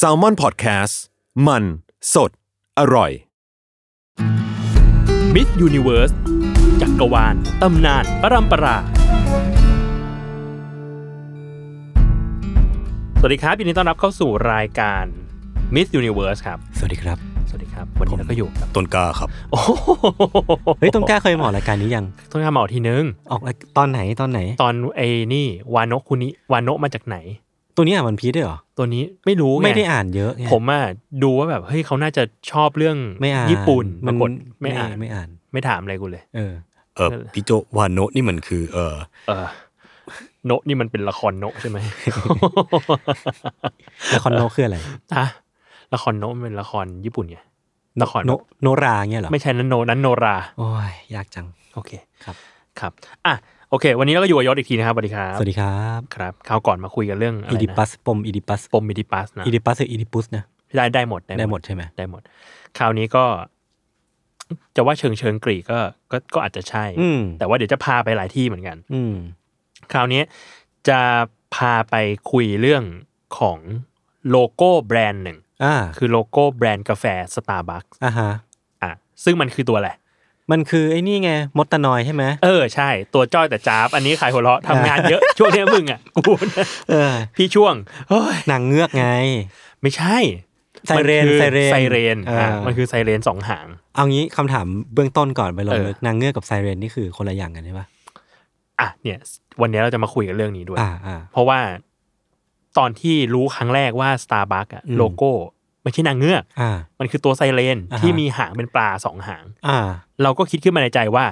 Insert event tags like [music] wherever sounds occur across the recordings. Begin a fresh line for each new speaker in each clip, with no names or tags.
s a l m o n PODCAST มัน สด อร่อย
มิสยูนิเวิร์สจักรวาล ตำนาน ปรัมปรา สวัสดีครับยินดีต้อนรับเข้าสู่รายการมิสยูนิเวิร์สครับ
สวัสดีครับ
สวัสดีครับ วันนี้เราก็อยู่กับ
ต้นกล้าครับ
โอ้โห
เฮ้ยต้นกล้าเคยมาออกรายการนี้ยัง
ต้องทำเอาทีนึง
ออกรายตอนไหนตอนไหน
ตอนไอ้นี่ วานโนะคุนิวานโนะมาจากไหน
ตัวนี้อ่านวันพีซด้วยเหรอ
ตัวนี้ไม่รู้ง
ไม่ได้อ่านเยอะไง
ผมอ่ะดูว่าแบบเฮ้ยเขาน่าจะชอบเรื่อง
ไม่อ่าน
ญี่ปุ่นป
มัน
รากฏไม่อ่าน
ไม่อ่าน
ไม่ถามอะไรกูเลย
เออ
เออ
นั่นแหละ
พี่โจวานโนะนี่มันคือเออ
เออ [laughs] โนะนี่มันเป็นละครโนะใช่
[laughs]
ไหม
ละครโน
[laughs]
คืออะไร
อะละครโนะมันเป็นละครญี่ปุ่นไง ละคร
โนโนราเงี้ยเหรอ
ไม่ใช่นั้นโนนั้นโนรา
โอ้ยยากจัง
โอเค
ครับ
ครับอ่ะโอเค วันนี้เราก็อยู่กับยศอีกทีนะครับสวัสดีครับ
สวัสดีครับ
ครับคราวก่อนมาคุยกันเรื่องอะไร
อีดิปั
นะ
สปมอีดิปัส
ปมอิดิปัสนะ
อีดิปัสคืออีดิปุสนะ
ได้ได้หมด
ได้หมดใช่ไหม
ได้หมด คราวนี้ก็จะว่าเชิงเชิงกรีกก็ก็ก็อาจจะใช่
อืม
แต่ว่าเดี๋ยวจะพาไปหลายที่เหมือนกัน
อืม
คราวนี้จะพาไปคุยเรื่องของโลโก้แบรนด์หนึ่ง
อ่า
คือโลโก้แบรนด์กาแฟสตาร์บัค
อ่าฮะ
อ่ะซึ่งมันคือตัวอะไร
มันคือไอ้นี่ไงมดตะนอยใช่ไหม
เออใช่ตัวจ้อยแต่จ้าบอันนี้ขายหัวเราะทำงานเยอะ
[laughs]
ช่วงเนี้ยมึงอ่ะกูเนี่ย
เออ
พี่ช่วงเฮ้ย
นางเงือกไง
ไม่ใช่
ไซเรน
มัคือ
ไซเรน
ไซเรน
อ่า
อ่ะมันคือไซเรนสองหาง
เอางี้คำถามเบื้องต้นก่อนไปลง
เออ
ลึกนางเงือกกับไซเรนนี่คือคนละอย่างกันใช่ปะ
อ่ะเนี่ย วันนี้เราจะมาคุยกันเรื่องนี้ด้วย
อ่าอ่า
เพราะว่าตอนที่รู้ครั้งแรกว่า Starbucks อ่ะ
อืม
โลโก้ไม่ใช่นางเงือก
อ่า
มันคือตัวไซเรน
อ่าฮะ
ที่มีหางเป็นปลาสองหาง
อ่า
เราก็คิดขึ้นมาในใจว่า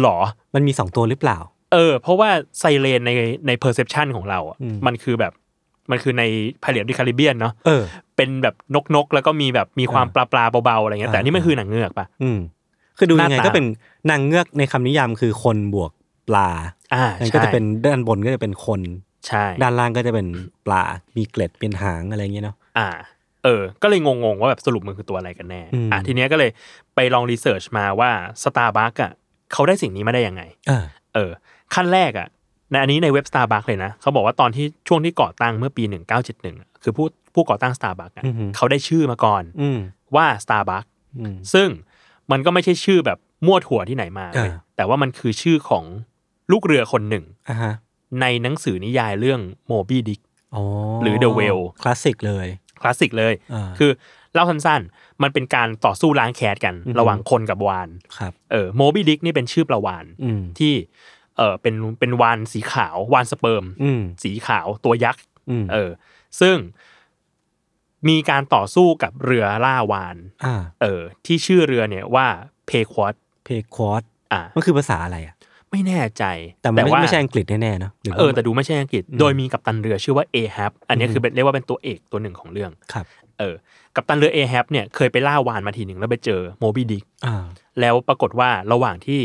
หรอ
มันมีสองตัวหรือเปล่า
เออเพราะว่าไซเรนในในเพอร์เซพชันของเราอ่ะ
อืม
มันคือแบบมันคือในพายเรือดิคาริเบียนเนาะ
เออ
เป็นแบบนกนกๆแล้วก็มีแบบมีความปลาปลาๆเบาๆอะไรเงี้ย
อ่า
แต่อันนี่มันคือหนังเงือกปะ
อืม คือดู
หน้า
ยังไง
ตา
ก็เป็นนางเงือกในคำนิยามคือคนบวกปลา
อ่า
นั่น
ใช่
ก็จะเป็นด้านบนก็จะเป็นคน
ใช่
ด้านล่างก็จะเป็นปลา มีเกล็ดเป็นหางอะไรอย่างเงี้ยเนาะ
อ่า เออ ก็เลยงงๆว่าแบบสรุปมันคือตัวอะไรกันแน่
อืม
อ่ะทีเนี้ยก็เลยไปลองรีเสิร์ชมาว่าสตาร์บัคอ่ะเขาได้สิ่งนี้มาได้ยังไง
อ่า
เออ ขั้นแรกอ่ะในอันนี้ในเว็บ Starbucks เลยนะเขาบอกว่าตอนที่ช่วงที่ก่อตั้งเมื่อปี 1971อะคือผู้ผู้ก่อตั้ง Starbucks อ่ะ
อือหือ
เขาได้ชื่อมาก่อน
อืม
ว่า Starbucks
อืม
ซึ่งมันก็ไม่ใช่ชื่อแบบมั่วถั่วที่ไหนมาเลย
อ่า
แต่ว่ามันคือชื่อของลูกเรือคนหนึ่ง
อ่าฮะ
ในหนังสือนิยายเรื่องโมบี้ดิก
อ๋อ
หรือ The Whale
คลาสสิกเลย
คลาสสิกเลย
อ่า
คือเล่าสั้นๆ มันเป็นการต่อสู้ล้างแค้นกัน
อือฮึ
ระหว่างคนกับวาน
ครับ
เออโมบี้ดิกนี่เป็นชื่อประวาน
อืม
ที่เออเป็นเป็นวานสีขาว วานสเปิร์ม
อืม
สีขาวตัวยักษ์
อืม
เออซึ่งมีการต่อสู้กับเรือล่าวาน
อ่า
เออที่ชื่อเรือเนี่ยว่าเพควอต
เพควอต
อ่า
มันคือภาษาอะไรอ่ะ
ไม่แน่ใจ
แต่มันไม่
ว่า
ไม่ใช่อังกฤษแน่ๆเนาะหรือว่า
เออแต่ดูไม่ใช่อังกฤษ
อืม
โดยมีกัปตันเรือชื่อว่าเอฮับอันนี้
อือฮึ
คือเป็นเรียกว่าเป็นตัวเอกตัวหนึ่งของเรื่อง
ครับ
เออกัปตันเรือเอแฮปเนี่ยเคยไปล่าวานมาทีหนึ่งแล้วไปเจอโมบิดิก
อ่า
แล้วปรากฏว่าระหว่างที่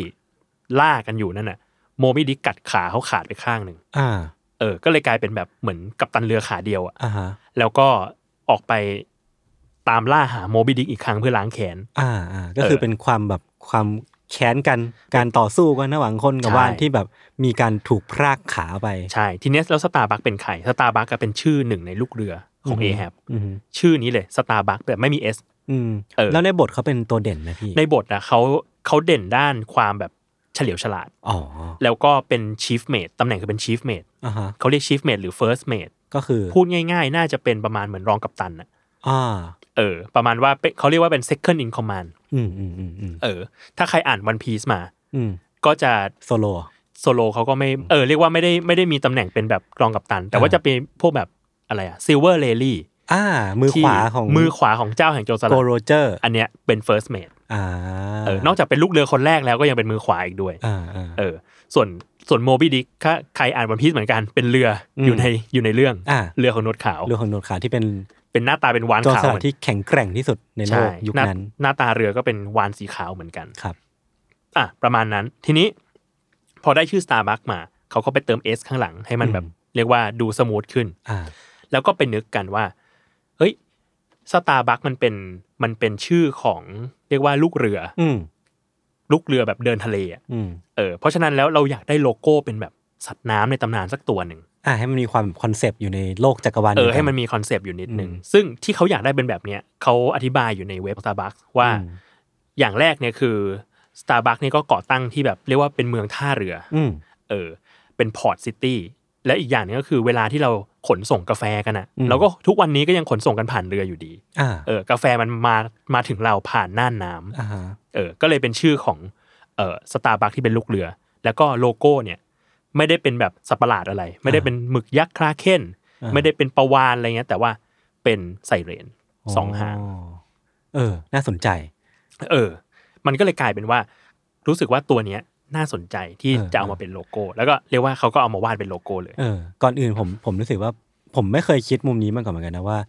ล่ากันอยู่นั่นน่ะโมบิดิกกัดขาเขาขาดไปข้างหนึ่ง
อ่า
เออก็เลยกลายเป็นแบบเหมือนกัปตันเรือขาเดียวอะ
อ่าฮะ
แล้วก็ออกไปตามล่าหาโมบิดิกอีกครั้งเพื่อล้างแค้น
อ่าอ่าก็คือ
เออ
เป็นความแบบความแค้นกันการต่อสู้กันระหว่างคนกับ
ใช่
ว่านที่แบบมีการถูกพรากขาไป
ใช่ทีเนี้ยแล้วสตาร์บัคเป็นใครสตาร์บัคก็เป็นชื่อหนึ่งในลูกเรือของ
อื
เอ
อฮึ
แฮป
อืม
ชื่อนี้เลยสตาร์บัคแต่ไม่มี S
อืม
เออ
แล้วในบทเขาเป็นตัวเด่นไหมพี่
ในบทนะเขาเขาเด่นด้านความแบบเฉลียวฉลาด
อ๋อ
แล้วก็เป็น chief mate ตำแหน่งคือเป็น chief mate
อ่าฮะ
เขาเรียก chief mate หรือ first mate
ก็คือ
พูดง่ายๆ น่าจะเป็นประมาณเหมือนรองกัปตันอะ
อ่า
เออ ประมาณว่าเป็นเขาเรียกว่าเป็น second in command
อืมอืมอืมอืม
เออ ถ้าใครอ่าน One Piece มา
อืม
ก็จะ
โซโล
โซโลเขาก็ไม่ เออ เรียกว่าไม่ได้ไม่ได้มีตำแหน่งเป็นแบบรองกัปตัน แต่ว่า
อ่า
จะเป็นพวกแบบอะไรอะ silver lady
อ่า มือ
ที่
ขวาของ
มือขวาของเจ้าแห่งโจรส
โก
ลัด
โรเจอร์
อันเนี้ยเป็น first mate
อ่า
เออ นอกจากเป็นลูกเรือคนแรกแล้วก็ยังเป็นมือขวาอีกด้วย
อ่าอ่า
เออ ส่วน ส่วนโมบิดิกถ้าใครอ่านวันพีซเหมือนกันเป็นเรืออ
ม
อยู่ในอยู่ในเรื่อง
อ่า
เรือของนวดขาว
เรือของหนวดขาวที่เป็น
เป็นหน้าตาเป็นวาน
โจร
ขาว
สลัดที่แข็งแกร่งที่สุดในโล
ใช่
กยุค
หา
นั้น
หน้าตาเรือก็เป็นวานสีขาวเหมือนกัน
ครับ
อ่ะประมาณนั้นทีนี้พอได้ชื่อ Starbucks มา เขาก็ไปเติม S ข้างหลังให้มัน
อืม
แบบเรียกว่าดูสมูทขึ้น
อ่า
แล้วก็ไปนึกกันว่าเฮ้ยสตาร์บัคมันเป็นมันเป็นชื่อของเรียกว่าลูกเรือ
อืม
ลูกเรือแบบเดินทะเลอะ
อืม
เออเพราะฉะนั้นแล้วเราอยากได้โลโก้เป็นแบบสัตว์น้ำในตำนานสักตัวหนึ่ง
อ่าให้มันมีความคอนเซปต์อยู่ในโลกจักรวาล
เออ
ดียวกั
ให้มันมีคอนเซปต์อยู่นิดนึง
อืม
ซึ่งที่เขาอยากได้เป็นแบบเนี้ยเขาอธิบายอยู่ในเว็บ Starbucks ว่า
อืม
อย่างแรกเนี่ยคือ Starbucks เนี่ยก็ก่อตั้งที่แบบเรียกว่าเป็นเมืองท่าเรือ
อืม
เออเป็นพอร์ตซิตี้และอีกอย่างหนึงก็คือเวลาที่เราขนส่งกาแฟกันอ่ะ
อืม
เราก็ทุกวันนี้ก็ยังขนส่งกันผ่านเรืออยู่ดี
อ่า
เออกาแฟมันมามาถึงเราผ่านน่านน้ำ
อ่าฮะ
เออก็เลยเป็นชื่อของเออสตาร์บัคที่เป็นลูกเรือ แล้วก็โลโก้เนี่ยไม่ได้เป็นแบบสัตว์ประหลาดอะไร ไม่ได้เป็นหมึกยักษ์คลาเคน
อ่า
ไม่ได้เป็นปลาวานอะไรเงี้ยแต่ว่าเป็นไซเรนสองหาง
เออ น่าสนใจ
เออ มันก็เลยกลายเป็นว่า รู้สึกว่าตัวเนี้ยน่าสนใจที่
เออ
จะเอามาเป็นโลโก้ แล้วก็เรียกว่าเขาก็เอามาวาดเป็นโลโก้เลย
เออ ก่อนอื่นผมผมรู้สึกว่า ผมไม่เคยคิดมุมนี้มาก่อนเหมือนกันนะว่า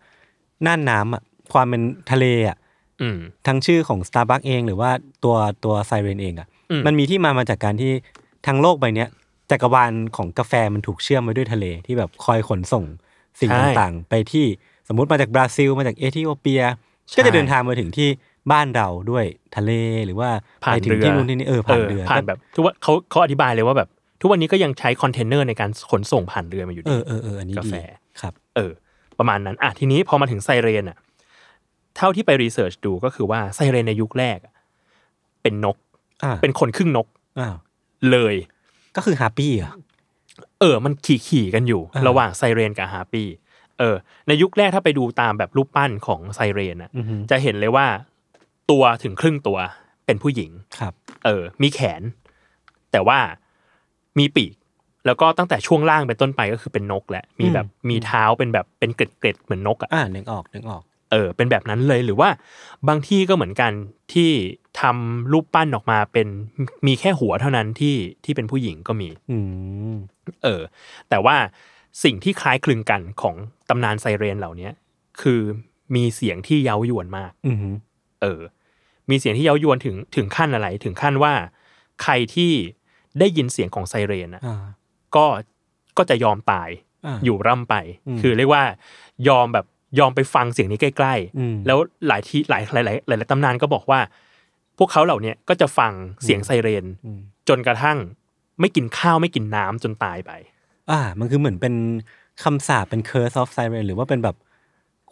น่านน้ำอ่ะความเป็นทะเลอ่ะ
อืม
ทั้งชื่อของ Starbucks เองหรือว่าตัวตัวไซเรนเองอ่ะ
อืม
มันมีที่มามาจากการที่ทั้งโลกใบเนี้ยจักรวาลของกาแฟมันถูกเชื่อมไว้ด้วยทะเลที่แบบคอยขนส่งสิ่ง
ใช่
ต่างๆ ไปที่สมมติมาจากบราซิล มาจากเอธิโอเปีย
ใช่
ก็จะเดินทางมาถึงที่บ้านเราด้วยทะเลหรือว่า
ผ่าน
ไปถึ
เรื
ง
อ
ที่นู่นที่นี่เออผ่านเรือ
ผ่านแบบทุกวันเขาเขาอธิบายเลยว่าแบบ ทุกวันนี้ก็ยังใช้คอนเทนเนอร์ในการขนส่งผ่านเรือมาอยู่
เอ
ดี
อเออเอออันนี้
กา
ดี
แฟ
ครับ
เออ ประมาณนั้นอ่ะทีนี้พอมาถึงไซเรนอ่ะ เท่าที่ไปรีเสิร์ชดูก็คือว่าไซเรนในยุคแรกอะเป็นนก
อ่า
เป็นคนครึ่งนก
อ้าว
เลย
ก็คือฮาปี้อ่ะ
เออ มันขี่ขี่ๆกันอยู่
อ่า
ระหว่างไซเรนกับฮาร์ปี้เออ ในยุคแรกถ้าไปดูตามแบบรูปปั้นของไซเรนอ่ะ
อือฮึ
จะเห็นเลยว่าตัวถึงครึ่งตัวเป็นผู้หญิง
ครับ
เออ มีแขน แต่ว่ามีปีก แล้วก็ตั้งแต่ช่วงล่างเป็นต้นไปก็คือเป็นนกแหละ มีแบบมีเท้าเป็นแบบเป็นเกล็ดเกล็ดๆเหมือนนกอ่ะ
อ่านึกออกนึกออก
เออ เป็นแบบนั้นเลยหรือว่าบางที่ก็เหมือนกันที่ทำรูปปั้นออกมาเป็นมีแค่หัวเท่านั้นที่ที่เป็นผู้หญิงก็มี
อืม
เออ แต่ว่าสิ่งที่คล้ายคลึงกันของตำนานไซเรนเหล่าเนี้ยคือมีเสียงที่เย้ายวนมาก
อืม
เออ มีเสียงที่เย้ายวนถึงถึงขั้นอะไร ถึงขั้นว่า ใครที่ได้ยินเสียงของไซเรนนะ
อ่า
ก็ก็จะยอมตาย
อ่า
อยู่ร่ำไป
อืม
คือเรียกว่ายอมแบบยอมไปฟังเสียงนี้ใกล้
อืม
ๆ แล้วหลายที่หลายหลายหลายหลายๆตำนานก็บอกว่า พวกเขาเหล่าเนี้ยก็จะฟังเสียงไซเรน
อืม
จนกระทั่งไม่กินข้าวไม่กินน้ำจนตายไป
อ่า มันคือเหมือนเป็นคำสาปเป็น curse of siren หรือว่าเป็นแบบ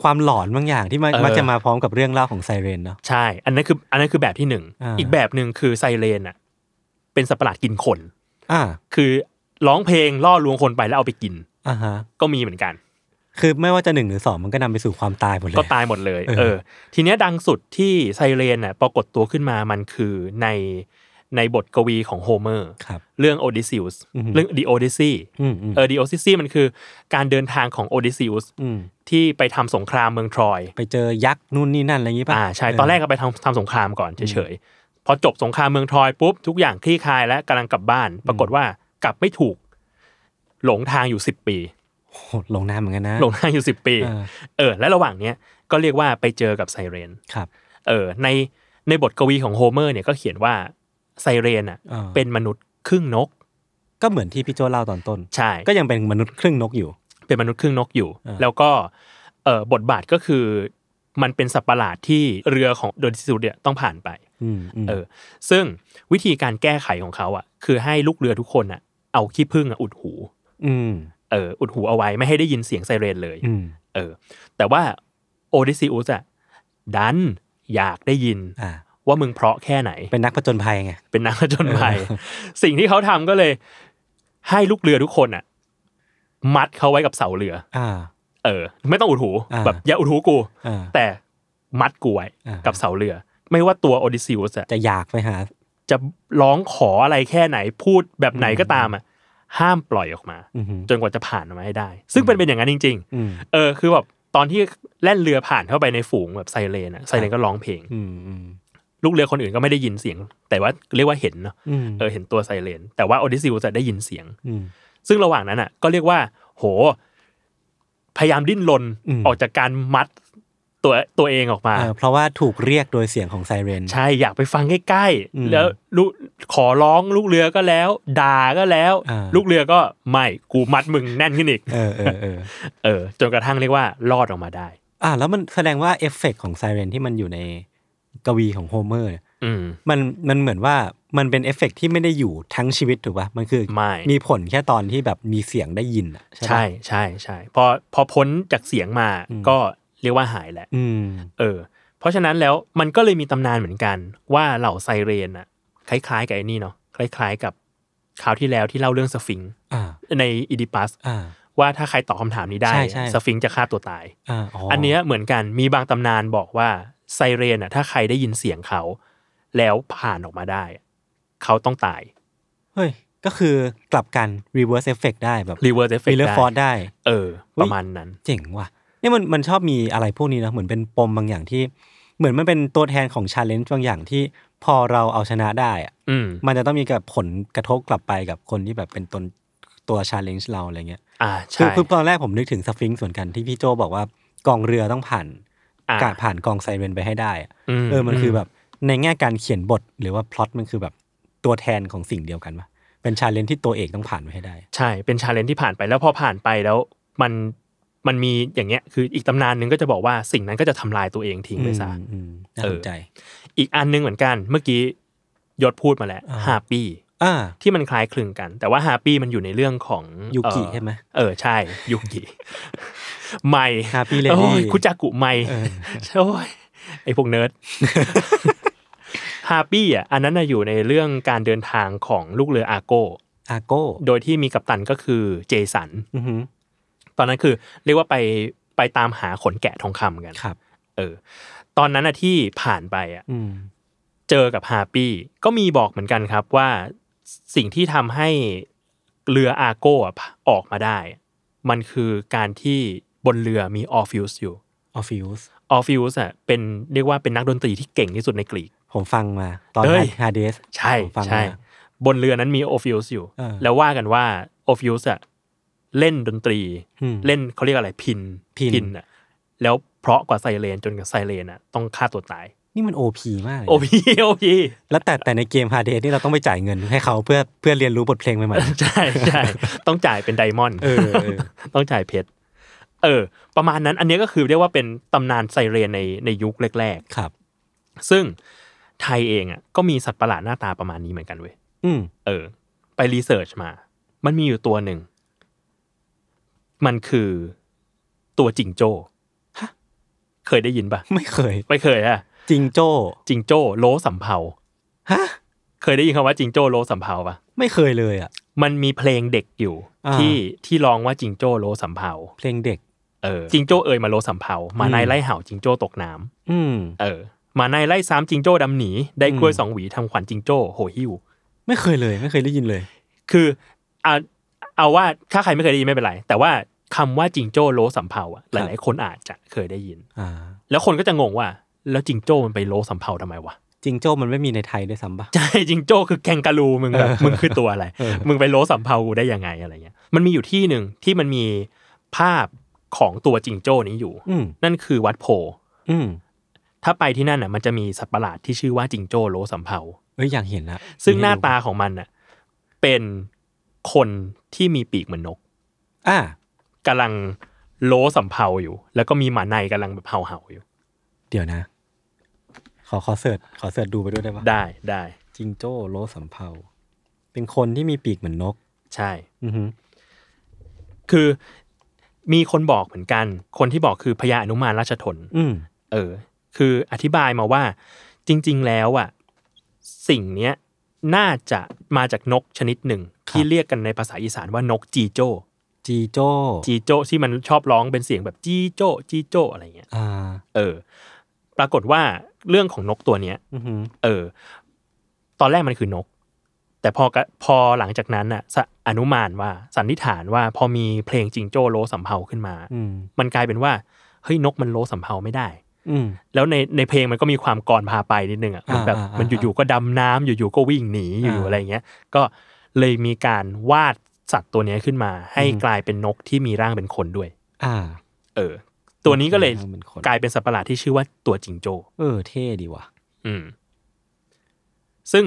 ความหลอนบางอย่างที่มัน
เออ
มักจะมาพร้อมกับเรื่องเล่าของไซเรนเนาะ
ใช่ อันนั้นคือ อันนั้นคือแบบที่หนึ่ง
อ่า
อีกแบบหนึ่งคือไซเรนอ่ะ เป็นสัตว์ประหลาดกินคน
อ่า
คือร้องเพลงล่อลวงคนไปแล้วเอาไปกิน
อ่าฮะ
ก็มีเหมือนกัน
คือไม่ว่าจะหนึ่งหรือสองมันก็นำไปสู่ความตายหมดเลย
ก็ตายหมดเลย
เออ
เออ ทีเนี้ยดังสุดที่ไซเรนน่ะปรากฏตัวขึ้นมา มันคือในในบทกวีของโฮเมอร์
ครับ
เรื่องโอดิซิอุส
อือหือ
เรื่องดิโอดิซี
อืมอืม
เออดิโอดิซีมันคือการเดินทางของโอดิซิอุส
อืม
ที่ไปทำสงครามเมืองทรอย
ไปเจอยักษ์นู่นนี่นั่นอะไรอย่างงี้ป่ะ
อ่าใช่ตอนแรกก็ไปทำทำสงครามก่อนเฉยๆพอจบสงครามเมืองทรอยปุ๊บ ทุกอย่างคลี่คลายและกำลังกลับบ้าน ปรากฏว่ากลับไม่ถูก หลงทางอยู่สิบปี
โอ้โหลงน้ำเหมือนกันนะ
หลงทางอยู่สิบปี
อ่า
เออ และระหว่างเนี้ยก็เรียกว่าไปเจอกับไซเรน
ครับ
เออในในบทกวีของโฮเมอร์เนี่ยก็เขียนว่าไซเรนอ่ะ
อ่า
เป็นมนุษย์ครึ่งนก
ก็เหมือนที่พี่โจเล่าตอนต้น
ใช่
ก็ยังเป็นมนุษย์ครึ่งนกอยู่
เป็นมนุษย์ครึ่งนกอยู่
อ่า
แล้วก็เออบทบาทก็คือมันเป็นสัตว์ประหลาดที่เรือของโดนซิสุเนี่ยต้องผ่านไป
อืมอืม
เออ ซึ่งวิธีการแก้ไขของเขาอ่ะ คือให้ลูกเรือทุกคนอ่ะ เอาขี้ผึ้งอ่ะอุดหู
อืม
เออ อุดหูเอาไว้ไม่ให้ได้ยินเสียงไซเรนเลย
อืม
เออ แต่ว่าโอดิซิอุสอ่ะ ดันอยากได้ยิน
อ่า
ว่ามึงเพราะแค่ไหน
เป็นนักผจญภัยไง
เป็นนักผจญภัย [laughs] สิ่งที่เขาทำก็เลย ให้ลูกเรือทุกคนอ่ะ มัดเขาไว้กับเสาเรือ
อ่า
เออ ไม่ต้องอุดหู
อ่า
แบบอย่าอุดหูกู
อ่า
แต่มัดกูไว้
อ่ากั
กับเสาเรือ ไม่ว่าตัวโอดิซิอุสอ่ะ
จะอยากไปหา
จะร้องขออะไรแค่ไหนพูดแบบไหนก็ตามอ่ะห้ามปล่อยออกมา
อืม
จนกว่าจะผ่านออกมาให้ได้ ซึ่งเป็นเป็นอย่างนั้นจริง
อืม
ๆ เออคือแบบตอนที่แล่นเรือผ่านเข้าไปในฝูงแบบไซเรนอ่ะไซเรนก็ร้องเพลง
อืมอืม
ลูกเรือคนอื่นก็ไม่ได้ยินเสียง แต่ว่าเรียกว่าเห็นเนาะ
อืม
เออเห็นตัวไซเรนแต่ว่าออดิซิลจะได้ยินเสียง
อืม
ซึ่งระหว่างนั้นอ่ะ ก็เรียกว่า โห พยายามดิ้นรน
อืม
ออกจากการมัดตัวตัวเองออกมา
เออเพราะว่าถูกเรียกโดยเสียงของไซเรน
ใช่อยากไปฟังใกล้
อืม
ๆแล้วลูกขอร้องลูกเรือก็แล้ว ด่าก็แล้ว
อ่า
ลูกเรือก็ไม่กูมัดมึงแน่นขึ้นอีก
เออเออเออ
เออจนกระทั่งเรียกว่ารอดออกมาได้
อ่ะแล้วมันแสดงว่าเอฟเฟกต์ของไซเรนที่มันอยู่ในกวีของโฮเมอร์เนี่ย
อืม
มันมันเหมือนว่ามันเป็นเอฟเฟกต์ที่ไม่ได้อยู่ทั้งชีวิตถูกปะมันคือ
ไม่
มีผลแค่ตอนที่แบบมีเสียงได้ยินอะใช่ปะ
ใช่ใช่ใช่พอพอพ้นจากเสียงมา
อืม
ก็เรียกว่าหายแหละ
อืม
เออ เพราะฉะนั้นแล้วมันก็เลยมีตำนานเหมือนกัน ว่าเหล่าไซเรนอะคล้ายๆกับไอ้นี่เนาะคล้ายๆกับคราวที่แล้วที่เล่าเรื่องสฟิงค์
อ่า
ในอีดิปัส
อ่า
ว่าถ้าใครตอบคำถามนี้ได้
ใช่ใช่
สฟิงค์จะฆ่าตัวตาย
อ่าอ๋อ
อั
อั
นเนี้ยเหมือนกันมีบางตำนานบอกว่าไซเรนอ่ะถ้าใครได้ยินเสียงเขา แล้วผ่านออกมาได้ เขาต้องตาย
เฮ้ยก็คือกลับกัน reverse effect ได้แบบ
รีเวิร์สเอฟเฟก
r ี
ต์
เล
ได้
f o r ฟได้
เออ
อุ๊ย
ประมาณนั้น
เจ๋งว่ะเนี่ยมันมันชอบมีอะไรพวกนี้นะเหมือนเป็นปมบางอย่างที่ เหมือนมันเป็นตัวแทนของชาเลนจ์บางอย่างที่พอเราเอาชนะได้อะ
อืม
มันจะต้องมีกับผลกระทบกลับไปกับคนที่แบบเป็นตนตัวชาเลนจ์เราอะไรเงี้ย
อ่า
คือ
ใช่
คือตอนแรกผมนึกถึงสฟิงค์ส่วนกันที่พี่โจบอกว่ากองเรือต้องผ่าน
อ่ะ
กาผ่านกองไซเรนไปให้ได้อะเออมันคือแบบในแง่การเขียนบทหรือว่าพล็อตมันคือแบบตัวแทนของสิ่งเดียวกันปะเป็นชาเลนจ์ที่ตัวเอกต้องผ่านไปให้ได้
ใช่เป็นชาเลนจ์ที่ผ่านไปแล้วพอผ่านไปแล้วมันมันมีอย่างเงี้ยคืออีกตำนานหนึ่งก็จะบอกว่าสิ่งนั้นก็จะทำลายตัวเองทิ้งไปซะ
อืมอืมน่า
เอ
ส
อ
นใจ
อีกอันหนึงเหมือนกันเมื่อกี้ยศพูดมาแล้ว
อ่า
ฮาปี้
อ่า
ที่มันคล้ายคลึงกัน แต่ว่าฮาปี้มันอยู่ในเรื่องของ
ยูกิ
เอ่อ
ใช่ไหม
เออใช่ยูกิไม่
ฮาปี้เลย
โอ้ย
ดี
คุจากุไม่
เออ
โอ้ยไอพวกเนิร์ด ฮาปี้อ่ะอันนั้นน่ะอยู่ในเรื่องการเดินทางของลูกเรืออาโก้
อาโก้
โดยที่มีกัปตันก็คือเจสัน
อือหือ
ตอนนั้นคือเรียกว่าไปไปตามหาขนแกะทองคำกัน
ครับ
เออ ตอนนั้นน่ะที่ผ่านไปอ่ะ
อืม
เจอกับฮาปี้ก็มีบอกเหมือนกันครับว่าสิ่งที่ทำให้เรืออาโก้อะออกมาได้ มันคือการที่บนเรือมีออฟิวส์อยู่
ออฟิวส์
ออฟิวส์อ่ะเป็นเรียกว่าเป็นนักดนตรีที่เก่งที่สุดในกรีก
ผมฟังมา ตอน
เฮ้ย
ฮาเดส
ใช่
ผมฟัง
ใช่
มา
บนเรือนั้นมีออฟิวส์อยู่
เออ
แล้วว่ากันว่าออฟิวส์อ่ะเล่นดนตรี
อืม
เล่นเขาเรียกอะไรพิน
พิน
อ่ะแล้วเพราะกว่าไซเรนจนกับไซเรนอ่ะต้องฆ่าตัวตาย
นี่มันโอพีมากเลยนะ
โอพีโอพี
แล้วแต่แต่ในเกมฮาเดสนี่เราต้องไปจ่ายเงินให้เขาเพื่อเพื่อเรียนรู้บทเพลงใหม่
ใช่ใช่ต้องจ่ายเป็นไดมอนด์
ๆเออเออ
ต้องจ่ายเพชรเออ ประมาณนั้นอันเนี้ยก็คือเรียกว่าเป็นตำนานไซเรนในในยุคแรก
ครับ
ๆ ซึ่งไทยเองอ่ะก็มีสัตว์ประหลาดหน้าตาประมาณนี้เหมือนกันเว้ย
อืม
เออ ไปรีเสิร์ชมา มันมีอยู่ตัวหนึ่ง มันคือตัวจิงโจ้เคยได้ยินปะ
ไม่เคย
ไม่เคยอะ
จิงโจ้
จิงโจ้โลสำเภา
ฮะ
เคยได้ยินคำว่าจิงโจ้โลสำเภาปะ
ไม่เคยเลยอ่ะ
มันมีเพลงเด็กอยู่
อ่า
ที่ที่ร้องว่าจิงโจ้โลสำเภา
เพลงเด็ก
เออจิงโจ้เอ่ยมาโลสำเภามาในายไล่เห่าจิงโจ้ตกน้ำ
อืม
เออ มาในายไล่ซ้ำจิงโจ้ดำหนีได้กล้วย
อืม
สองหวีทำขวัญจิงโจ้โหหิว
ไม่เคยเลย ไม่เคยได้ยินเลย
คือเอาเอาว่าถ้าใครไม่เคยได้ยินไม่เป็นไร แต่ว่าคำว่าจิงโจ้โลสำเภาอะห
ครับ
ลายๆคนอาจจะเคยได้ยิน
อ่า
แล้วคนก็จะงงว่า แล้วจิงโจ้มันไปโลสำเภาทำไมวะ [laughs]
จิงโจ้มันไม่มีในไทยด้วยซ้ำปะ
ใช่จิงโจ้คือแกงกะลูมึงแบบ
เออ
มึงคือตัวอะไร
เออ
มึงไปโลสำเภากูได้ยังไงอะไรเงี้ยมันมีอยู่ที่หนึ่งที่มันมีภาพของตัวจิงโจ้นี้อยู่
อืม
นั่นคือวัดโพ
อืม
ถ้าไปที่นั่นน่ะมันจะมีสัตว์ประหลาดที่ชื่อว่าจิงโจ้โลสำเภา
เอ้ยอยากเห็นละ
ซึ่งหน้าตาของมันน่ะเป็นคนที่มีปีกเหมือนนก
อ่า
กำลังโล้สำเภาอยู่ แล้วก็มีหมาในกำลังแบบเห่าๆอยู่
เดี๋ยวนะ ขอขอเสิร์ชขอเสิร์ชดูไปด้วยได้ปะ
ได้ได้
จิงโจ้โลสำเภาเป็นคนที่มีปีกเหมือนนก
ใช่
อือหือ
คือมีคนบอกเหมือนกัน คนที่บอกคือพญาอนุมานราชทน
อืม
เออ คืออธิบายมาว่าจริง ๆ แล้วอ่ะสิ่งเนี้ยน่าจะมาจากนกชนิดหนึ่ง ที่เรียกกันในภาษาอีสานว่านกจีโจ้
จีโจ้
จีโจ้ที่มันชอบร้องเป็นเสียงแบบจีโจ้จีโจ้อะไรเงี้ย
อ่า
เออ ปรากฏว่าเรื่องของนกตัวเนี้ย
อือหือ
เออ ตอนแรกมันคือนก แต่พอกะพอหลังจากนั้นน่ะสะอนุมานว่าสันนิษฐานว่าพอมีเพลงจิงโจ้โลสำเภาขึ้นมา
อืม
มันกลายเป็นว่าเฮ้ยนกมันโลสำเภาไม่ได้
อืม
แล้วในในเพลงมันก็มีความก่อนพาไปนิดนึงอ่ะมันแบบ
อ่าอ่า
มันอยู่ๆก็ดำน้ำอยู่ๆก็วิ่งหนีอยู่ๆ
อ่า
อะไรเงี้ยก็เลยมีการวาดสัตว์ตัวเนี้ยขึ้นมา ให้
อืม
กลายเป็นนกที่มีร่างเป็นคนด้วย
อ่า
เออ ตัวนี้ก็เลย
มีร่างเป็นคน
กลายเป็นสัตว์ประหลาดที่ชื่อว่าตัวจิงโจ้
เออ เท่ดีว่ะ
อืม ซึ่ง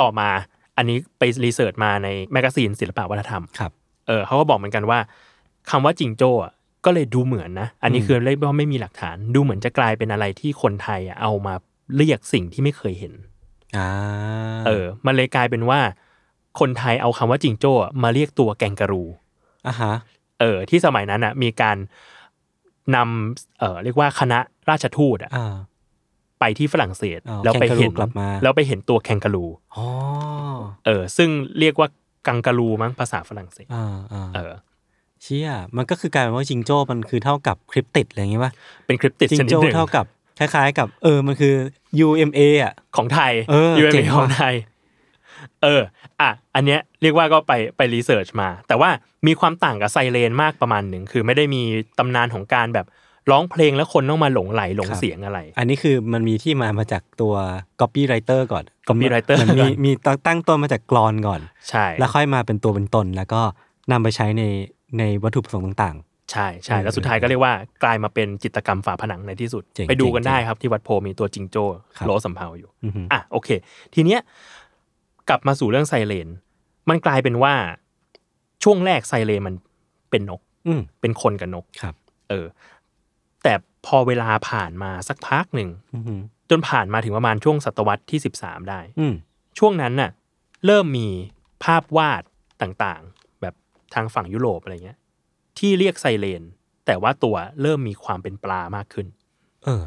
ต่อมาอันนี้ไปรีเสิร์ชมาในแมกกาซีนศิลปะวัฒนธรรม
ครับ
เออเขาก็บอกเหมือนกันว่าคำว่าจิงโจ้อะก็เลยดูเหมือนนะ อันนี้คือเรียกว่าไม่มีหลักฐาน ดูเหมือนจะกลายเป็นอะไรที่คนไทยอะเอามาเรียกสิ่งที่ไม่เคยเห็น
อ่า
เออ มันเลยกลายเป็นว่า คนไทยเอาคำว่าจิงโจ้อะมาเรียกตัวแกงกะรู
อ่ะฮะ
เออ ที่สมัยนั้นอะมีการนำเออเรียกว่าคณะราชทูตอะ
อ่า
ไปที่ฝรั่งเศส
อ๋อ
แล้วไปเห็น
แคนการูกลับมา
แล้วไปเห็นตัวแคนการู
อ๋อ
เออซึ่งเรียกว่ากังการูมั้งภาษาฝรั่งเศส
อ่าอ่า
เออ
เชี่ยมันก็คือกลายเป็นว่าจิงโจ้มันคือเท่ากับคริปติดอะไรอย่างงี้ป่ะ
เป็นคริปติด
จิง
ชนิด
โจ้
หนึ่ง
เท่ากับคล้าย ๆ กับ เออมันคือ UMA อ่ะ
ของไทย
เออ
UMA
เจ๋งว่ะ
ของไทย เออ อ่ะ อันเนี้ยเรียกว่าก็ไปไปรีเสิร์ชมา แต่ว่ามีความต่างกับไซเรนมากประมาณหนึ่ง คือไม่ได้มีตำนานของการแบบร้องเพลงแล้วคนต้องมาหลงไหลหลงเสียงอะไร
อันนี้คือมันมีที่มามาจากตัว copywriter ก่อน
copywriter
มันมีมีตั้งตั้งต้นมาจากกรอนก่อน
ใช่
แล้วค่อยมาเป็นตัวเป็นตน แล้วก็นำไปใช้ในในวัตถุประสงค์ต่าง
ใช่ใช่แล้วสุดท้ายก็เรียกว่ากลายมาเป็นจิตรกรรมฝาผนังในที่สุด
เจ๋ง
ไปดูกัน
เจ๋ง
ได้ครับที่วัดโพธิ์มีตัวจิงโจ้
ครับ
โลสำเภาอยู่
ๆอือฮึ
อ่ะโอเค ทีเนี้ยกลับมาสู่เรื่องไซเรน มันกลายเป็นว่าช่วงแรกไซเรนมันเป็นนก
อืม
เป็นคนกับนก
ครับ
เออ แต่พอเวลาผ่านมาสักพักหนึ่ง
อือฮึ
จนผ่านมาถึงประมาณช่วงศตวรรษที่ 13 ได้
อืม
ช่วงนั้นน่ะ เริ่มมีภาพวาดต่างๆ แบบทางฝั่งยุโรปอะไรเงี้ย ที่เรียกไซเรน แต่ว่าตัวเริ่มมีความเป็นปลามากขึ้น
เออ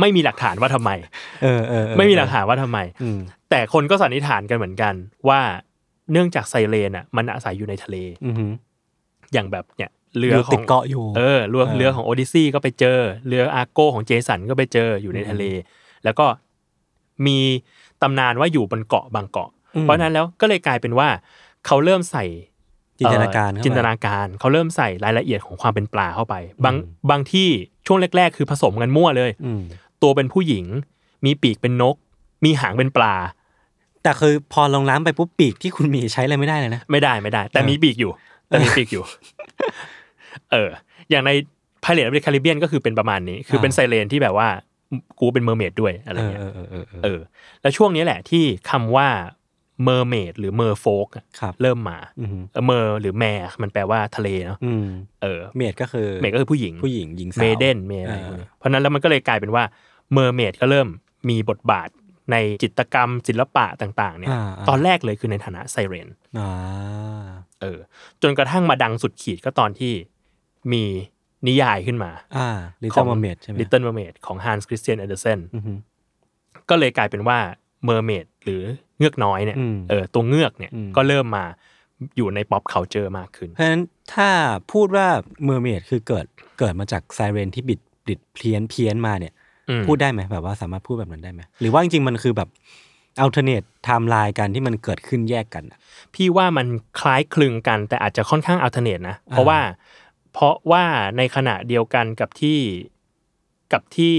ไม่มีหลักฐานว่าทำไม
เออเออเออ
ไม่มีหลักฐานว่าทำไม
อืม
แต่คนก็สันนิษฐานกันเหมือนกัน ว่าเนื่องจากไซเรนอ่ะมันอาศัยอยู่ในทะเล
อือฮึ
อย่างแบบเนี่ยเรื
เรือ อ
ข
ติ
อ
ด
ง
เกาะอยู่
เออเรือ
เออ
เรือของโอดิซี่ก็ไปเจอ เรืออาร์โกของเจสันก็ไปเจออยู่ในทะเล แล้วก็มีตำนานว่าอยู่บนเกาะบางเกาะ เพราะฉะนั้นแล้วก็เลยกลายเป็นว่า เขาเริ่มใส่
จินตนาการ
เอ่
เข้
อ
ไป
จินตนาการเขาเริ่มใส่รายละเอียดของความเป็นปลาเข้าไป บางบางที่ช่วงแรก ๆ คือผสมกันมั่วเลย
อืม
ตัวเป็นผู้หญิง มีปีกเป็นนก มีหางเป็นปลา
แต่คือพอลงน้ำไปปุ๊บปีกที่คุณมีใช้อะไรไม่ได้เลยนะ
ไม่ได้ไม่ได้ แต่
เออ
มีปีกอยู่ แต่มีปีกอยู่ เออ อย่างในพายเลตอ f t เ e ค a ริเบียนก็คือเป็นประมาณนี้ คือเป็นไซเรนที่แบบว่ากูเป็นเมอร์เมดด้วยอะไร
เออ
เงี้ย
เออเออเออเออ
เออ แล้วช่วงนี้แหละที่คำว่าเมอร์เมดหรือเมอร์โฟก
ครับ
เริ่มมา
อือฮึ
เมอร์หรือแมร์มันแปลว่าทะเลเนาะ
อืม
เออ
เมดก็คือ
เมดก็คือผู้หญิง
ผู้หญิงหญิงสาว
เมเดนเมอะไรพ
เออ
วกนี้เพราะฉะนั้นแล้วมันก็เลยกลายเป็นว่าเมอร์เมดก็เริ่มมีบทบาทในจิตรกรรมศิลปะต่าง ๆ เนี่ย
อ่าอ่า
ตอนแรกเลยคือในฐานะไซเรน
อ่า
เออจนกระทั่งมาดังสุดขีดก็ตอนที่มีนิยายขึ้นมา
อ่าลิตเติ้ลเมดใช่ไหม
ลิตเติ้ลเมอร์เมดของฮันส์คริสเตียนแอนเดอร์เซน
อือฮึ
ก็เลยกลายเป็นว่าเมอร์เมดหรือเงือกน้อยเนี่ย
อืม
เออตัวเงือกเนี่ย
อืม
ก็เริ่มมาอยู่ในป๊อปเคาเจอร์มากขึ้น
เพราะฉะนั้นถ้าพูดว่าเมอร์เมดคือเกิดเกิดมาจากไซเรนที่บิดบิดเพี้ยนเพี้ยนมาเนี่ย
อืม
พูดได้ไหมแบบว่าสามารถพูดแบบนั้นได้ไหมหรือว่าจริงๆมันคือแบบอัลเทอร์เนทไทม์ไลน์กันที่มันเกิดขึ้นแยกกันอะ
พี่ว่ามันคล้ายคลึงกันแต่อาจจะค่อนข้างอัลเทอร์เนทนะ เพราะว่าเพราะว่าในขณะเดียวกันกับที่กับที่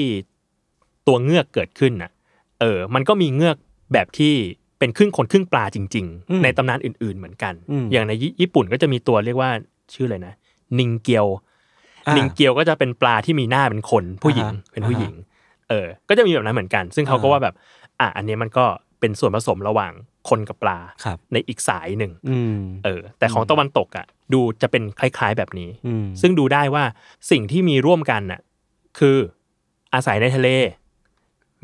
ตัวเงือกเกิดขึ้นน่ะเออ มันก็มีเงือกแบบที่เป็นครึ่งคนครึ่งปลาจริง ๆ ในตำนานอื่น ๆเหมือนกัน อย่างในญี่ญี่ปุ่นก็จะมีตัวเรียกว่าชื่ออะไรนะนิงเกียว
อ่า
ลิงเกียวก็จะเป็นปลาที่มีหน้าเป็นคนผู้หญิง
อ่าฮะ
เป็นผู้หญิง เออ ก็จะมีแบบนั้นเหมือนกัน ซึ่งเขาก็
อ่า
ว่าแบบ อ่ะอันนี้มันก็เป็นส่วนผสมระหว่างคนกับปลา
ครับ
ในอีกสายหนึ่ง
อืม
เออ แต่ของตะวันตกอ่ะ ดูจะเป็นคล้ายๆแบบนี้
อืม
ซึ่งดูได้ว่าสิ่งที่มีร่วมกันน่ะ คืออาศัยในทะเล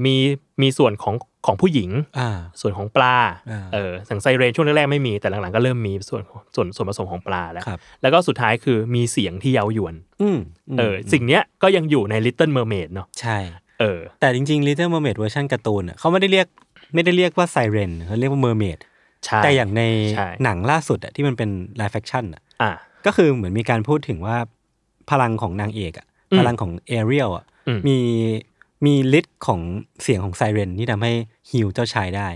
มีมีส่วนของของผู้หญิง
อ่า
ส่วนของปลา
อ่า
เออสังไซเรนช่วงแรกๆไม่มีแต่หลังๆก็เริ่มมีส่วนของส่วนส่วนผสมของปลาแล้ว
ครับ
แล้วก็สุดท้ายคือมีเสียงที่เย้ายวน
อืมม
เออสิ่งเนี้ยก็ยังอยู่ใน Little Mermaid เนาะ
ใช่
เออ
แต่จริงๆ Little Mermaid เวอร์ชันการ์ตูนอะเขาไม่ได้เรียกไม่ได้เรียกว่าไซเรนเขาเรียกว่าเมอร์เมด
ใช่
แต่อย่างใน
ใช่
หนังล่าสุดอะที่มันเป็นไลฟ์แฟคชั่นอะ
อ่ะ
ก็คือเหมือนมีการพูดถึงว่าพลังของนางเอกอะ
อืม
พลังของเอเรียลอะ
อืม
มีมีฤทธิ์ของเสียงของไซเรนที่ทำให้ฮิวเจ้าชายได้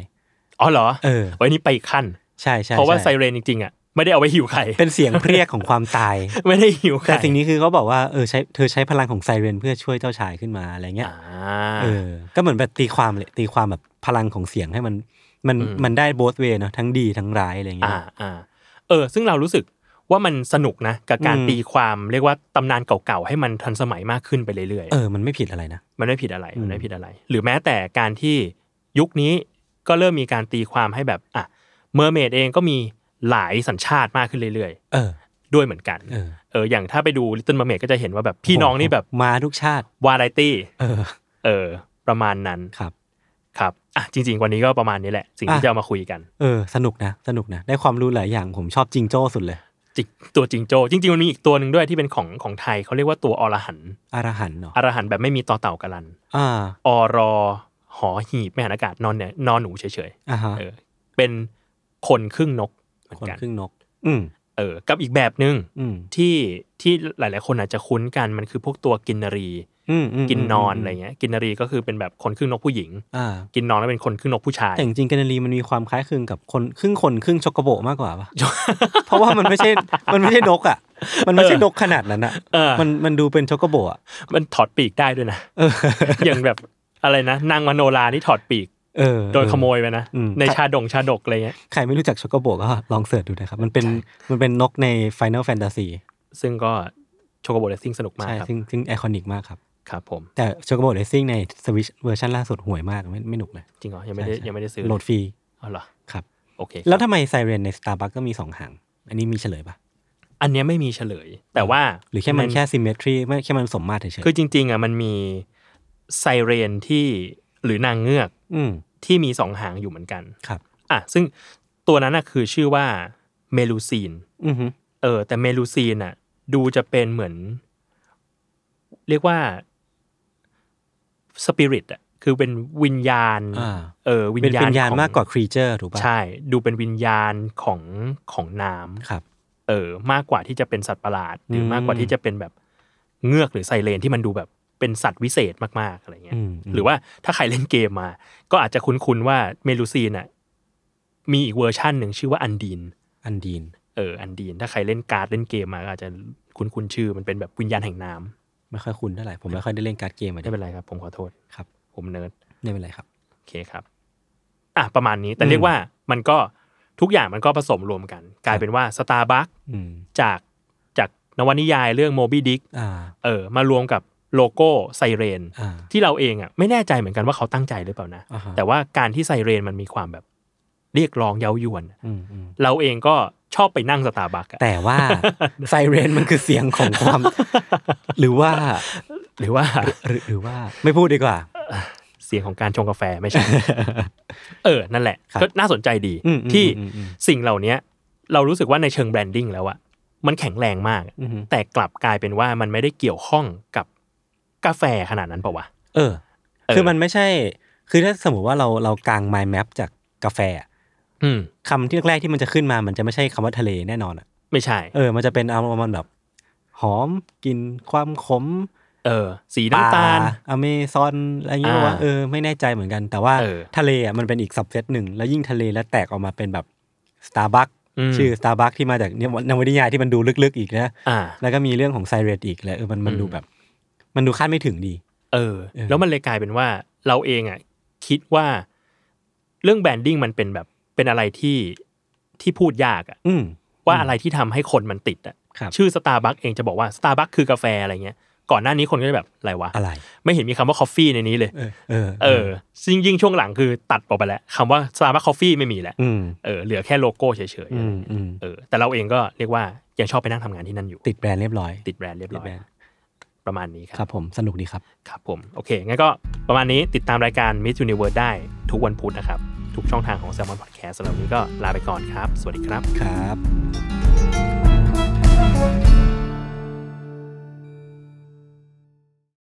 อ๋อเหรอ
เออ
ไว้นี่ไปอีกขั้น
ใช่ใช่
เพราะว่า
ใช่
ไซเรนจริงๆอ่ะ ไม่ได้เอาไว้หิวไข่
เป็นเสียงเพรียกของความตาย
[laughs] ไม่ได้หิวไข่
แต่สิ่งนี้คือเขาบอกว่าเออใช้เธอใช้พลังของไซเรนเพื่อช่วยเจ้าชายขึ้นมาอะไรเงี้ย
อ่า
เออ ก็เหมือนแบบตีความเลยตีความแบบพลังของเสียงให้มันมัน
อืม
มันได้โบสเวเนาะทั้งดีทั้งร้ายอะไรเงี้
อ่าย อ่าเออ ซึ่งเรารู้สึกว่ามันสนุกนะ กับการ
อืม
ตีความเรียกว่าตำนานเก่าๆ ให้มันทันสมัยมากขึ้นไปเรื่อยๆ
เออมันไม่ผิดอะไรนะ
มันไม่ผิดอะไร
อืม
มันไม่ผิดอะไร หรือแม้แต่การที่ยุคนี้ก็เริ่มมีการตีความให้แบบอ่ะเมอร์เมดเองก็มีหลายสัญชาติมากขึ้นเรื่อย
เออ
ๆ ด้วยเหมือนกัน
เออ
เอออย่างถ้าไปดู Little Mermaid ก็จะเห็นว่าแบบพี่น้องนี่แบบ
มาทุกชาติ
วาไรตี้
เออ
เออ ประมาณนั้น
ครับ
ครับอ่ะจริง ๆ วันนี้ก็ประมาณนี้แหละ สิ่งที่
อ่ะ
จะเอามาคุยกัน
เออ สนุกนะสนุกนะ ได้ความรู้หลายอย่างผมชอบจิงโจ้สุดเลย
จิกตัวจิงโจ้จริงๆมันมีอีกตัวหนึ่งด้วยที่เป็นของของไทยเขาเรียกว่าตัวอรหันต์
อรหันต์เนาะ
อรหันต์แบบไม่มีต่อเต่ากะลัน
อ่า
อรอหอหีบไม่หันอากาศนอนเนี่ยนอนหนูเฉยๆ
อ่าฮะ
เออเป็นคนครึ่งนกเหมือ
คน
นกัน
ครึ่งนก อืม
เออกับอีกแบบหนึ่ง
อืม
ที่ที่หลาย ๆ คนอาจจะคุ้นกันมันคือพวกตัวกินนรี
อืมม
กินนอนอะไรเงี้ย กินนรีก็คือเป็นแบบคนครึ่งนกผู้หญิง
อ่า
กินนอนก็เป็นคนครึ่งนกผู้ชาย
แต่จริงๆแกนนารีมันมีความคล้ายคลึงกับคนครึ่งคนครึ่งช็อกโกโบมากกว่า
[laughs]
ปะ เพราะว่ามันไม่ใช่มันไม่ใช่นกอ่ะ มันไม่ใช่นกขนาดนั้นอ่ะ
เออ
มันมันดูเป็นช็อกโกโบอ่ะ
มันถอดปีกได้ด้วยนะ
เออ
อย่างแบบอะไรนะนางมโนรานี่ถอดปีก
เออ
โดนขโมยไปนะ
อืม
ในชาดงชาดกอะไรเงี้ย
ใครไม่รู้จักช็อกโกโบก็ลองเสิร์ชดูนะครับ มันเป็นมันเป็นนกใน Final Fantasy
ซึ่งก็โชโกโบเลสซิ่งสนุกมาก
ใช่
ครับ
ซึ่งซึ่งไอคอนิกมากครับ
ครับผม
แต่ช็อกโกโบเรซิ่งในสวิชเวอร์ชันล่าสุดห่วยมากไม่ไม่หนุกเลย
จริงเหรอยังไม่ได้
ใช่ใช่
ยังไม่ได้ซื้อ
โหลดฟรี
อ๋อเหรอ
ครับ
โอเค
แล้วทำไมไซเรนใน Starbucks ก็มีสองหางอันนี้มีเฉลยปะ
อันเนี้ยไม่มีเฉลย แต่ว่า
หรือแค่มันแค่ซิมเมทรีไม่แค่มันสมมาตรเฉยๆ
คือจริงๆอ่ะมันมีไซเรนที่หรือนางเงือก
อืม
ที่มีสองหางอยู่เหมือนกัน
ครับ
อ่ะซึ่งตัวนั้นน่ะคือชื่อว่าเมลูซีน
อือฮึ
เออแต่เมลูซีนอ่ะดูจะเป็นเหมือน เรียกว่าสปิริตอ่ะคือเป็นวิญญาณ
อ่า
เออวิญ
เป็น
ญาณ
เป็นยาน
ของ
มากกว่าครีเจอร์ถูกป่ะ
ใช่ ดูเป็นวิญญาณของของน้ำ
ครับ
เออ มากกว่าที่จะเป็นสัตว์ประหลาด หรืออ
ม
มากกว่าที่จะเป็นแบบเงือกหรือไซเรนที่มันดูแบบเป็นสัตว์วิเศษมากๆอะไรเงี้ย
อืมม
หรือว่าถ้าใครเล่นเกมมา ก็อาจจะคุ้นๆว่าเมลูซีนอ่ะมีอีกเวอร์ชั่นหนึ่งชื่อว่าอันดีน
อันดีน
เอออันดีนถ้าใครเล่นการ์ดเล่นเกมมาก็อาจจะคุ้นๆชื่อมันเป็นแบบวิญญาณแห่งน้ำ
ไม่ค่อยคุ้นเท่าไหร่ผมไม่ค่อยได้เล่นการ์ดเกมอะ
ไม่
ดิ
เป็นไรครับ ผมขอโทษ
ครับ
ผมเนิร์ด
ไม่เป็นไรครับ
โอเคครับ อ่ะประมาณนี้แต่เรียกว่ามันก็ทุกอย่างมันก็ผสมรวมกัน กลายเป็นว่าสตาร์บัค
อืม
จากจากนวนิยายเรื่องโมบี้ดิก
อ่า
เออมารวมกับโลโก้ไซเรน
อ่า
ที่เราเองอ่ะไม่แน่ใจเหมือนกันว่าเขาตั้งใจหรือเปล่านะ
อ่าฮะ
แต่ว่าการที่ไซเรนมันมีความแบบเรียกร้องเย้ายวน
อืมอืม
เราเองก็ชอบไปนั่งสตาร์บัคอะ
แต่
[laughs]
ว่า ไซเรนมันคือเสียงของความ หรือว่า
หรือว่า
หรือหรือว่าไม่พูดดีกว่า
[laughs] เสียงของการชงกาแฟไม่ใช่
[laughs]
เออ นั่นแหละ
ครับ
ก็น่าสนใจดี
อืมอืม
ที่
อืมอืม
สิ่งเหล่านี้เรารู้สึกว่าในเชิงแบรนดิ้งแล้วอะมันแข็งแรงมาก
อือฮึ
แต่กลับกลายเป็นว่ามันไม่ได้เกี่ยวข้องกับกาแฟขนาดนั้นเปล่าวะ
เออ
เออ
คือมันไม่ใช่ คือถ้าสมมติว่าเราเรากางไมล์แมปจากกาแฟอะ
อืม
คำที่แรกๆที่มันจะขึ้นมา มันจะไม่ใช่คำว่าทะเลแน่นอนอะ
ไม่ใช่
เออ มันจะเป็นอารมณ์แบบหอมกลินความขม
เออ สีน้ำตาล
อเมซอนอะไรเงี้ย
อ่า
ว่าเออไม่แน่ใจเหมือนกัน แต่ว่า
เออ
ทะเลอ่ะมันเป็นอีกสับเซตหนึ่ง แล้วยิ่งทะเลแล้วแตกออกมาเป็นแบบ Starbucks
อืม
ชื่อ Starbucks ที่มาจากเนี่ยนวนิยายที่มันดูลึกๆอีกนะ
อ่า
แล้วก็มีเรื่องของไซเรตอีกแล้วเออมันมัน
อืม
ดูแบบ มันดูคาดไม่ถึงดี
เออ
เออ
แล้วมันเลยกลายเป็นว่าเราเองอ่ะคิดว่าเรื่องแบรนดิ้งมันเป็นแบบเป็นอะไรที่ที่พูดยากอ่ะ
อืม
ว่าอะไรที่ทำให้คนมันติดอ่ะ
ครับ
ชื่อสตาร์บัคเองจะบอกว่าสตาร์บัคคือกาแฟอะไรเงี้ยก่อนหน้านี้คนก็จะแบบอะไรวะ
อะไร
ไม่เห็นมีคำว่าคอฟฟี่ในนี้เลย
เออ เออ
เออซึ่งยิ่งช่วงหลังคือตัดออกไปแล้วคำว่าสตาร์บัคคอฟฟี่ไม่มีแล้ว
อืม
เออเหลือแค่โลโก้เฉยๆ
อื
อะไร
ม
เงี้ย
อืม
เออแต่เราเองก็เรียกว่ายังชอบไปนั่งทำงานที่นั่นอยู่
ติดแบรนด์เรียบร้อย
ติดแบรนด์เรียบร้อย
ติดแบรนด์
ประมาณนี้ครับ
ครับผมสนุกดีครับ
ครับผม โอเค งั้นก็ประมาณนี้ติดตามรายการ Miss Universe ได้ทุกวันพุธนะครับ ทุกช่องทางของ Salmon Podcast สำหรับวันนี้ก็ลาไปก่อนครับ สวัสดีครับ
ครับ